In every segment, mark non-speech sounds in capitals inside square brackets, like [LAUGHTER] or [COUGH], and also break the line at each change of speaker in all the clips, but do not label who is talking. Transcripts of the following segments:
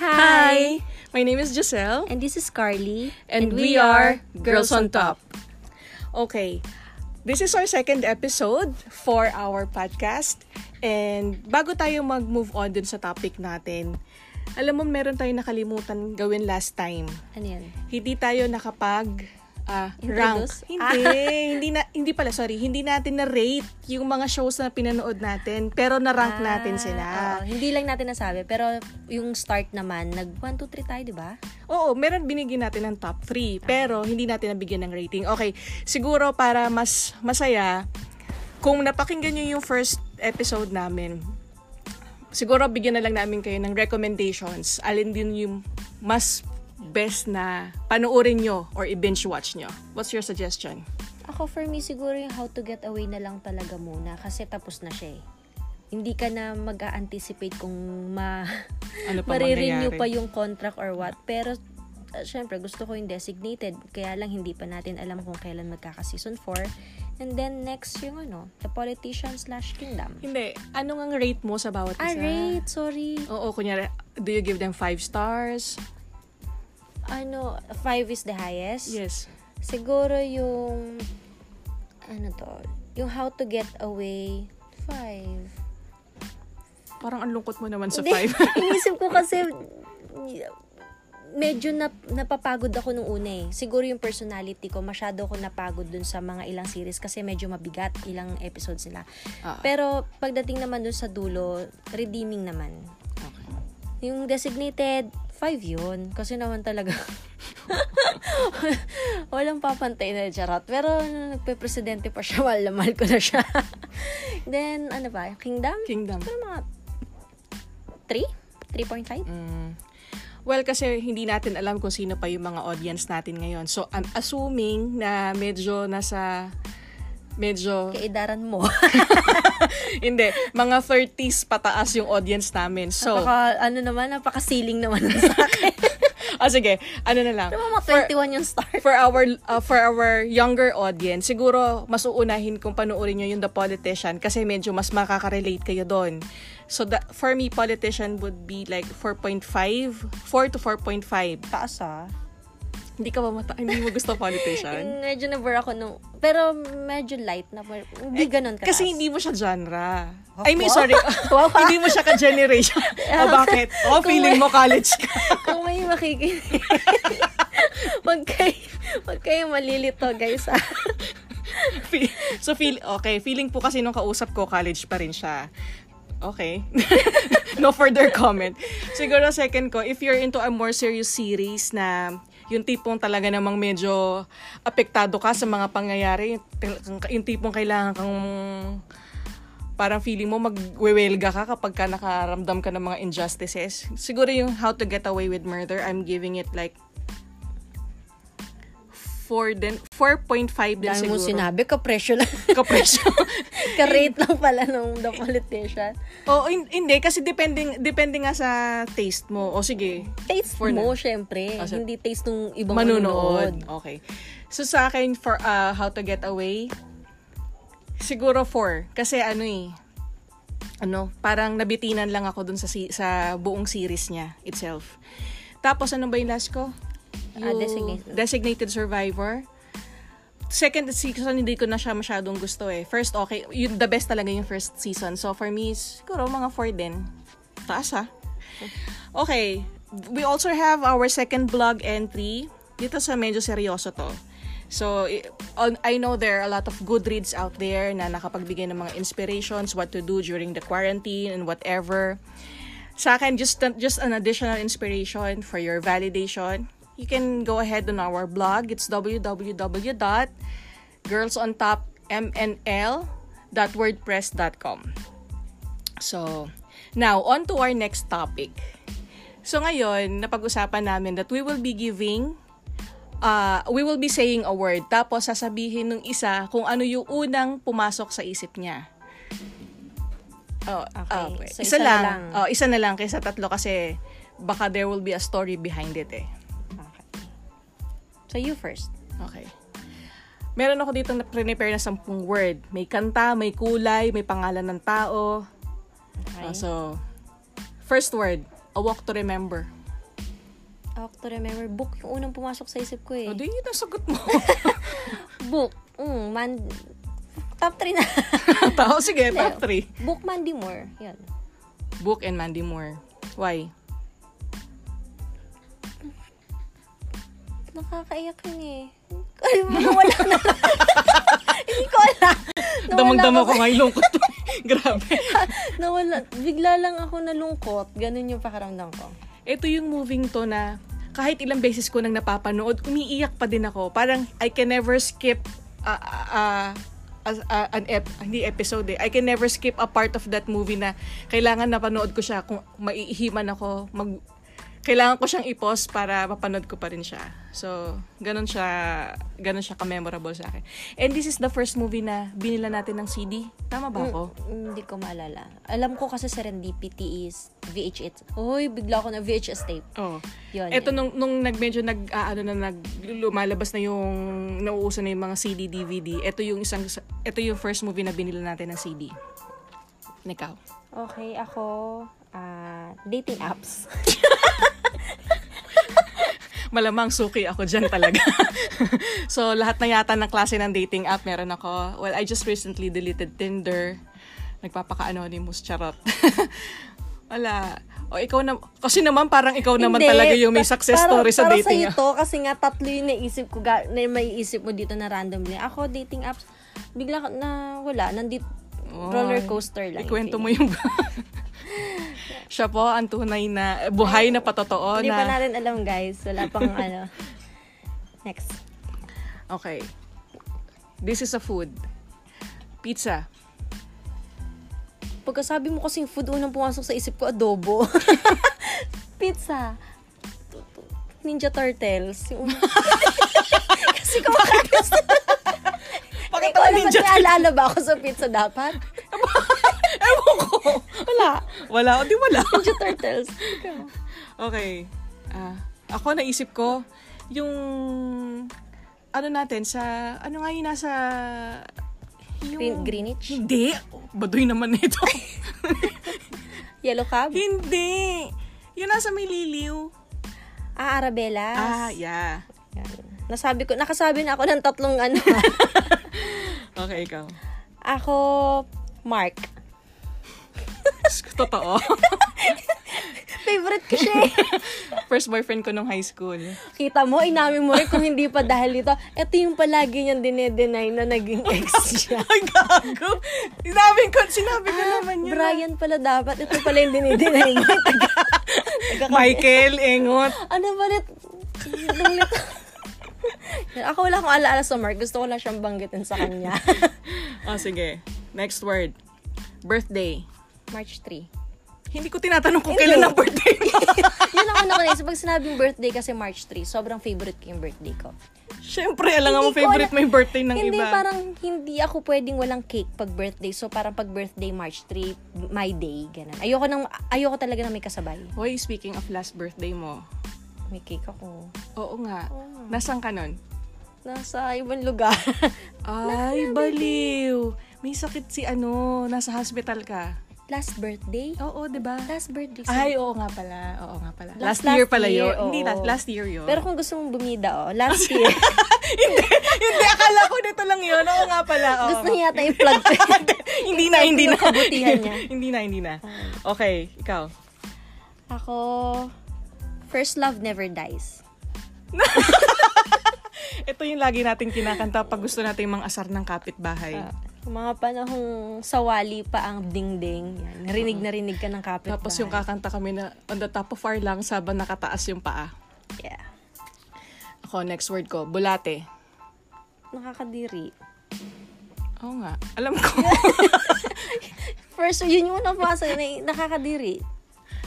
Hi! My name is Giselle.
And this is Carly.
And, we, are Girls on Top. Okay. This is our second episode for our podcast. And bago tayo mag-move on dun sa topic natin, alam mo meron tayong nakalimutan gawin last time.
Ano yan?
Hindi tayo nakapag ah, rank.
Introduce?
Hindi, hindi na hindi pala sorry, hindi natin na rate yung mga shows na pinanood natin, pero na rank natin sila.
Ah, Oo, hindi lang natin nasabi, pero yung start naman, nag 1, 2, 3 tayo, di ba?
Oo, meron binigyan natin ng top 3, pero hindi natin nabigyan ng rating. Okay, siguro para mas masaya, kung napakinggan nyo yung first episode namin, siguro bigyan na lang namin kayo ng recommendations. Alin din yung mas best na panoorin nyo or i-binge watch nyo. What's your suggestion?
Ako for me, siguro yung how to get away na lang talaga muna kasi tapos na siya eh. Hindi ka na mag-a-anticipate kung ma
[LAUGHS] Ano pa
marirenew
mangyayari?
pa yung contract or what. Pero, uh, syempre, gusto ko yung designated. Kaya lang, hindi pa natin alam kung kailan magkaka-season 4. And then, next yung ano, The Politician slash Kingdom.
Hindi. Ano ang rate mo sa bawat
Ah,
isa?
rate, sorry.
Oo, kunyari, do you give them 5 stars?
Ano, 5 is the highest.
Yes.
Siguro yung ano to, yung how to get away 5.
Parang ang lungkot mo naman sa
Hindi,
5.
[LAUGHS] inisip ko kasi medyo nap, napapagod ako nung una eh. Siguro yung personality ko, masyado ako napagod dun sa mga ilang series kasi medyo mabigat ilang episodes nila.
Ah.
Pero pagdating naman dun sa dulo, redeeming naman. Yung designated, 5 yun. Kasi naman talaga, [LAUGHS] walang papantay na charot. Pero nung nagpe-presidente pa siya, [LAUGHS] wala mahal ko na siya. [LAUGHS] Then, ano ba? Kingdom?
[LAUGHS] Kingdom.
Pero mga 3? 3.5?
Mm. Well, kasi hindi natin alam kung sino pa yung mga audience natin ngayon. So, I'm assuming na medyo nasa medyo [LAUGHS]
Kaidaran mo.
hindi mga 30s pataas yung audience namin. So,
Napaka, ano naman, napakasiling naman [LAUGHS] sa akin.
[LAUGHS] ah, sige, ano na lang.
Pero mga
For-
21 yung start.
for our uh, for our younger audience, siguro mas uunahin kung panoorin nyo yung The Politician kasi medyo mas makaka-relate kayo doon. So the, for me, Politician would be like 4.5, 4 to 4.5.
Taas ah.
Hindi ka ba mata- hindi mo gusto
[LAUGHS]
Politician?
Medyo na-bore ako nung... Pero medyo light na. Hindi ganun kataas.
Eh, Kasi hindi mo siya genre.
Wow.
I mean, sorry.
[LAUGHS] Wow.
hindi mo siya
[LAUGHS]
ka-generation. o bakit? O, feeling mo college ka.
[LAUGHS] Kung may makikinig. [LAUGHS] wag kayo, wag kayo malilito, guys. ah.
Fe- so, feel, okay. Feeling po kasi nung kausap ko, college pa rin siya. Okay. [LAUGHS] no further comment. Siguro second ko, if you're into a more serious series na yung tipong talaga namang medyo apektado ka sa mga pangyayari, yung til- yung tipong kailangan kang parang feeling mo magwewelga ka kapag ka nakaramdam ka ng mga injustices. Siguro yung How to Get Away with Murder, I'm giving it like 4 din, 4.5 din
Dahil
siguro.
mo sinabi, kapresyo lang. [LAUGHS]
Kapresyo.
Ka-rate lang pala nung The Politician.
[LAUGHS] Oo, hin- hindi. Kasi depending, depending nga sa taste mo. O sige,
Taste
For
mo, syempre.
Ah, so-
Hindi taste nung ibang manunood.
manunood. Okay. So sa akin, for uh, How to Get Away, siguro 4. Kasi ano eh, ano, parang nabitinan lang ako dun sa, si- sa buong series niya itself. Tapos ano ba yung last ko?
Ah, Designated.
Designated Survivor. Second season, hindi ko na siya masyadong gusto eh. First, okay. Yun, the best talaga yung first season. So, for me, siguro mga 4 din. Taas ah. ha? Okay. We also have our second blog entry. Dito sa medyo seryoso to. So, i- on- I know there are a lot of good reads out there na nakapagbigay ng mga inspirations, what to do during the quarantine and whatever. Sa akin, just, just an additional inspiration for your validation. You can go ahead on our blog. It's www.girlsontopmnl.wordpress.com So, now, on to our next topic. So ngayon, napag-usapan namin that we will be giving, uh, we will be saying a word. Tapos sasabihin ng isa kung ano yung unang pumasok sa isip niya. Oh,
Okay.
okay.
So, isa
isa,
na
lang.
lang.
Oh, isa na lang kaysa tatlo kasi baka there will be a story behind it eh.
Okay. So, you first.
Okay. Meron ako dito na prepare na sampung word. May kanta, may kulay, may pangalan ng tao.
Okay.
Ah, Oh, so, first word, a walk to remember.
Ako to remember, book yung unang pumasok sa isip ko eh.
O, Oh, di yun ang sagot mo.
Book. Mm, man... Top 3 na.
[LAUGHS]
[LAUGHS]
Tao, sige, top 3.
book Mandy Moore. Yun.
Book and Mandy Moore. Why?
Nakakaiyak yun eh. Ay, [LAUGHS] wala na. Hindi ko alam. Nawala
Damang-dama
ako.
ko ngayon lungkot. [LAUGHS] Grabe.
[LAUGHS] Nawala. Bigla lang ako nalungkot. Ganun yung pakaramdam ko.
Ito yung moving to na kahit ilang beses ko nang napapanood, umiiyak pa din ako. Parang I can never skip ah, ah, ah, as- ah, an ep- hindi episode eh. I can never skip a part of that movie na kailangan napanood ko siya kung maiihiman ako, mag kailangan ko siyang i-pause para mapanood ko pa rin siya. So, ganun siya, ganun siya ka-memorable sa akin. And this is the first movie na binila natin ng CD. Tama ba ako?
Hindi ko maalala. Alam ko kasi serendipity is VHS. Uy, bigla ako na VHS tape.
Oo.
Yun. eh.
Eto
Ano yun.
nung nung nag medyo nag ah, ano na nag lumalabas na yung nauuso na yung mga CD DVD. Ito yung isang ito yung first movie na binili natin ng CD. Nikaw.
Okay, ako, ah, dating apps.
Malamang suki ako dyan talaga. [LAUGHS] so, lahat na yata ng klase ng dating app meron ako. Well, I just recently deleted Tinder. Nagpapaka-anonymous, charot. [LAUGHS] Wala. O, ikaw na, kasi naman parang ikaw naman
Hindi,
talaga yung may
pa-
success
para-
story sa
para sa'yo
dating app.
to, kasi nga tatlo yung naisip ko, ga- na maiisip mo dito na randomly. Ako, dating apps, bigla ka- na wala, nandito,
Oh,
roller coaster lang.
Ikwento mo yung... [LAUGHS] siya po ang tunay na buhay na patotoo
Hindi pa
na...
natin alam, guys. Wala pang
[LAUGHS]
ano. Next.
Okay. This is a food. Pizza.
Pagkasabi mo kasing food, unang pumasok sa isip ko,
[LAUGHS]
adobo. Pizza. Ninja Turtles.
[LAUGHS]
Yung una- kasi kumakain Hindi
Bakit
ko
ang
alam,
ninja?
ba't naalala ba ako sa pizza dapat?
[LAUGHS] Ewan ko. Wala. Wala. O di wala. [LAUGHS]
Ninja Turtles. Ikaw.
Okay. Ah, ako naisip ko, yung ano natin sa ano nga yung nasa
Green- Greenwich?
Hindi. Baduy naman nito. [LAUGHS]
Yellow Cab?
Hindi. Yung nasa may liliw.
Ah, Arabelas.
Ah, yeah.
Yan. Nasabi ko, nakasabi na ako ng tatlong [LAUGHS] ano.
Okay, ikaw.
ako, Mark.
Totoo. [LAUGHS]
Favorite ko siya eh.
First boyfriend ko nung high school.
[LAUGHS] Kita mo, inamin mo rin kung hindi pa dahil dito. Ito yung palagi niyang dinedenay Oh, na naging [LAUGHS] ex siya.
Ay, gago. Sinabi ko, sinabi ko naman yun.
Brian pala dapat. Ito pala yung dinedenay [LAUGHS] niya. Taga- taga-
Michael, Engot.
Ano balit? Dulit. Ako wala akong alaala sa Mark. Gusto ko lang siyang banggitin sa [LAUGHS] kanya.
Oh, sige. Next word. Birthday.
March 3.
Hindi ko tinatanong kung kailan ang birthday mo.
[LAUGHS] Yun ang una ko naisip. Pag sinabing birthday kasi March 3, sobrang favorite ko yung birthday ko.
Siyempre, alam nga mo,
Hindi ko
favorite
alam-
mo yung birthday ng
hindi,
iba.
parang hindi ako pwedeng walang cake pag birthday. So, parang pag birthday, March 3, my day, ganun. Ayoko, nang, ayoko talaga na may kasabay.
Hoy, speaking of last birthday mo.
May cake ako.
Oo nga.
Oo.
Nasaan ka nun?
Nasa ibang lugar. [LAUGHS]
Ay, baliw. May sakit si ano. Nasa hospital ka.
last birthday?
Oo, di ba?
Last birthday. so-
Ay, oo nga pala. Oo nga pala.
Last-
Last, year
last
pala
year,
yun. Hindi,
oo.
last, last year yun.
Pero kung gusto mong bumida, oh, last year.
[LAUGHS] hindi, hindi, akala ko nito lang yun. Oo nga pala. oo.
gusto niya yata i-plug ko.
[LAUGHS] hindi na, hindi na.
Kabutihan niya.
[LAUGHS] hindi na, hindi na. Okay, ikaw.
ako, first love never dies.
Ito yung lagi natin kinakanta pag gusto natin yung mga asar ng kapitbahay.
Ah, mga panahong sawali pa ang dingding. Yan. Narinig na rinig ka ng kapit.
Tapos yung kakanta kami na on the top of our lungs habang nakataas yung paa.
Yeah.
Ako, next word ko, bulate.
Nakakadiri.
Oo nga, alam ko. [LAUGHS]
First, yun yung unang pumasok na nakakadiri.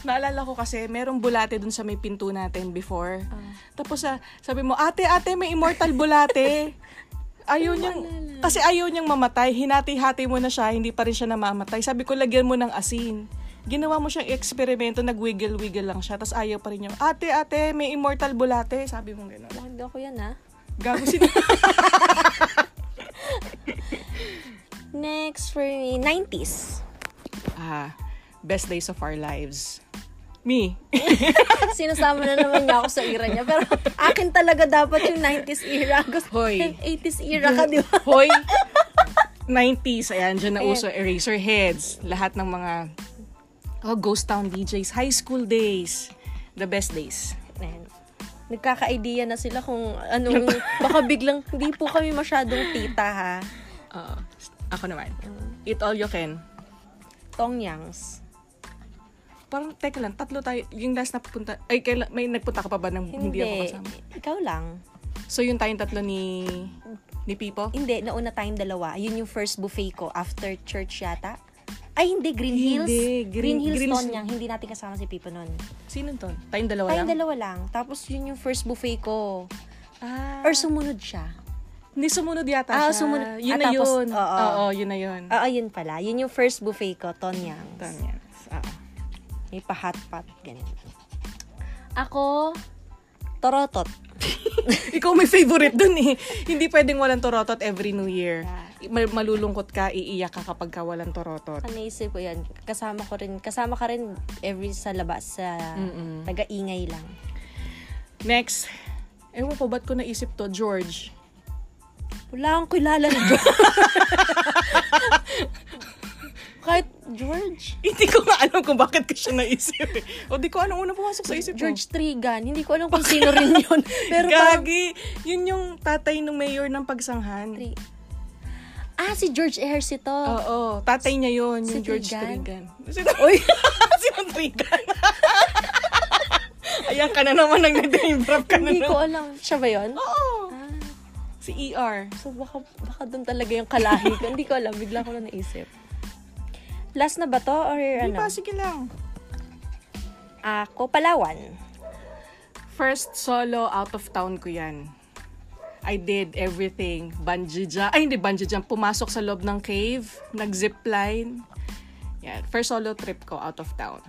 Naalala ko kasi, merong bulate dun sa may pinto natin before. Tapos sa sabi mo, ate, ate, may immortal bulate. ayaw niyang, kasi ayaw niyang mamatay. Hinati-hati mo na siya, hindi pa rin siya namamatay. Sabi ko, lagyan mo ng asin. Ginawa mo siyang eksperimento, nagwiggle-wiggle lang siya. Tapos ayaw pa rin niya, ate, ate, may immortal bulate. Sabi mo gano'n.
Bakit daw ah. ko yan, ha?
Gago si [LAUGHS]
Next for me, 90s.
ah, best days of our lives. Me.
Sinasama na naman niya ako sa era niya. Pero akin talaga dapat yung 90s era. Gusto
Hoy.
80s era ka, di ba?
[LAUGHS] Hoy. 90s, ayan, dyan na
Ayan.
uso Eraserheads. Lahat ng mga oh, Ghost Town DJs, high school days. The best days.
Ayan. Nagkaka-idea na sila kung
[LAUGHS]
anong... Baka biglang, hindi po kami masyadong tita ha.
Oo. ako naman. Eat all you can.
Tongyangs.
Parang, teka lang, tatlo tayo. Yung last na pupunta, ay, kaila, may nagpunta ka pa ba nang
Hindi.
hindi, ako kasama?
Ikaw lang.
So, yung tayong tatlo ni, ni Pipo?
Hindi, nauna tayong dalawa. Yun yung first buffet ko after church yata. Ay, hindi. Green
Hindi,
Hills.
Green-
Green, Hills,
Green-
Tonyang. Hindi natin kasama si Pipo nun.
Sino to? Tayong dalawa
Tayong
lang?
dalawa lang. Tapos yun yung first buffet ko.
Ah.
Or sumunod siya.
Ni sumunod yata
Ah,
siya.
sumunod. Ah,
Yun na
tapos,
yun.
oo.
Oo, yun na yun.
Ah, ayun pala. Yun yung first buffet ko, Tonyang.
Tanyans. Oo.
May pa-hot pot, ganun. Ako, Torotot.
[LAUGHS] Ikaw may favorite dun eh. Hindi pwedeng walang torotot every New Year. Mal- malulungkot ka, iiyak ka kapag ka walang torotot.
Ano naisip ko yan? Kasama ko rin, kasama ka rin every sa labas, sa
Mm-mm.
taga-ingay lang.
Next. Ewan ko, ba't ko naisip to? George. [LAUGHS]
Wala akong kilala ni George. [LAUGHS] Kahit George.
Hindi ko nga alam kung bakit ko siya naisip eh. O di ko ano, unang pumasok sa isip
George
George.
Trigan. Hindi ko alam kung sino rin [LAUGHS] yun. Pero parang...
Gagi! Yun yung tatay ng mayor ng pagsanghan.
Tri- Ah, si George Ejercito.
Oo, tatay niya yun,
Si
yung George
Trigan?
Trigan.
[LAUGHS]
[LAUGHS] Si Uy! Sino Trigan? [LAUGHS] Ayan ka na naman, nag-name drop ka na
Hindi ko
naman.
alam. Siya ba yun?
Oo!
Ah,
Si ER.
so baka, baka doon talaga yung kalahi ko. Hindi ko alam. Bigla ko lang naisip. Last na ba to? Or
Di
ano?
ba, sige lang.
Ako, Palawan.
First solo out of town ko yan. I did everything. Bungee jump. Ay, hindi bungee jump. Pumasok sa loob ng cave. Nag-zipline. Yan. First solo trip ko out of town.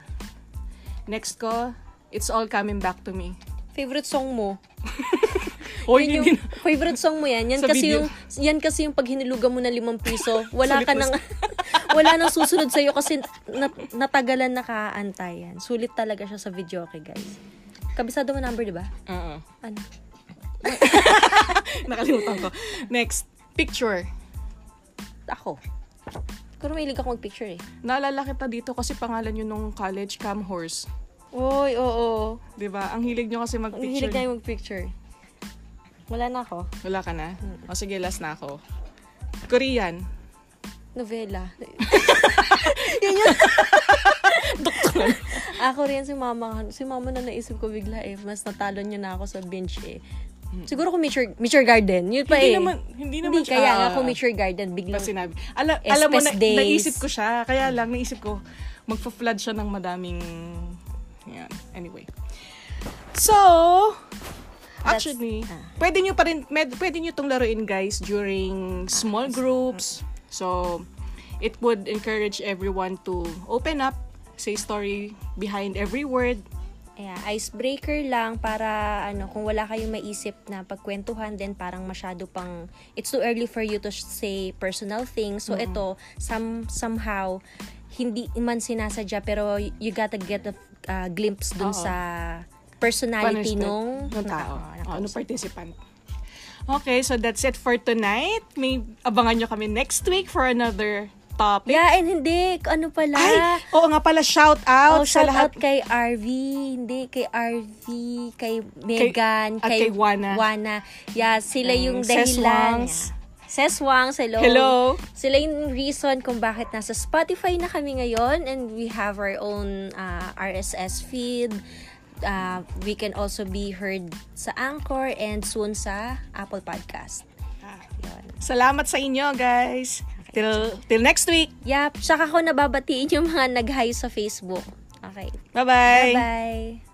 Next ko, It's All Coming Back
[LAUGHS]
to Me.
Favorite song mo?
Hoy,
Yun
hindi
yung favorite song mo yan. Yan
Sa
kasi
video.
yung yan kasi yung pag hinilugan mo na limang
[LAUGHS]
piso, wala
Sulit
ka
na
nang [LAUGHS] wala nang susunod sa iyo kasi nat- natagalan na kaantay yan. Sulit talaga siya sa video okay, guys. Kabisado mo number, di ba?
na. Oo.
Ano?
Nakalimutan ko. Next, Picture.
Ako. Pero mahilig ako mag-picture eh.
Naalala kita dito kasi pangalan yun nung college, Cam Horse.
Oy, oo.
'Di ba? Ang hilig nyo kasi
Ang hilig
mag-picture.
na yung mag-picture. Wala na ako.
Wala ka na? O sige, last na ako. Korean.
[LAUGHS] Novela. Yun yun.
[LAUGHS]
ako rin si mama. Si mama na naisip ko bigla eh. Mas natalo niya na ako sa bench eh. Siguro kung Mature, mature Garden. Yun pa
Mm. Hindi
eh.
naman, hindi naman siya-
kaya nga
ah,
kung Mature Garden.
pa
Biglang
sinabi. Ala, alam mo, na,
Espes days.
naisip ko siya. Kaya lang, naisip ko, magpa-flood siya ng madaming... Yan. Anyway. So,
That's-
actually,
ah.
pwede nyo pa rin, med, pwede nyo tong laruin, guys, during small groups. So, it would encourage everyone to open up, say story behind every word.
Ayan, icebreaker lang para ano, kung wala kayong maisip na pagkwentuhan then parang masyado pang it's too early for you to sh- say personal things. So ito some somehow hindi man sinasadya pero y- you gotta get a uh, glimpse dun
Oo.
sa personality
Punishment
nung,
ng
Oo,
tao. Oh,
nakausap.
ano participant. Okay, so that's it for tonight. May abangan nyo kami next week for another topic.
Yeah, and hindi. Ano pala?
Ay, oo nga pala, shout
Oh,
out sa
shout
lahat.
out kay RV, hindi, kay RV, kay Megan,
at kay Juana.
Yeah, sila yung
Mm,
dahilan.
Seswangs.
Yeah. Seswangs, hello.
Hello.
Sila yung reason kung bakit nasa Spotify na kami ngayon and we have our own uh, RSS feed. Uh, we can also be heard sa Anchor and soon sa Apple Podcast.
Ah.
Yun.
Salamat sa inyo, guys. Till, till next week.
Yeah, saka ko nababatiin yung mga nag-hi sa Facebook. Okay.
Bye-bye.
Bye-bye.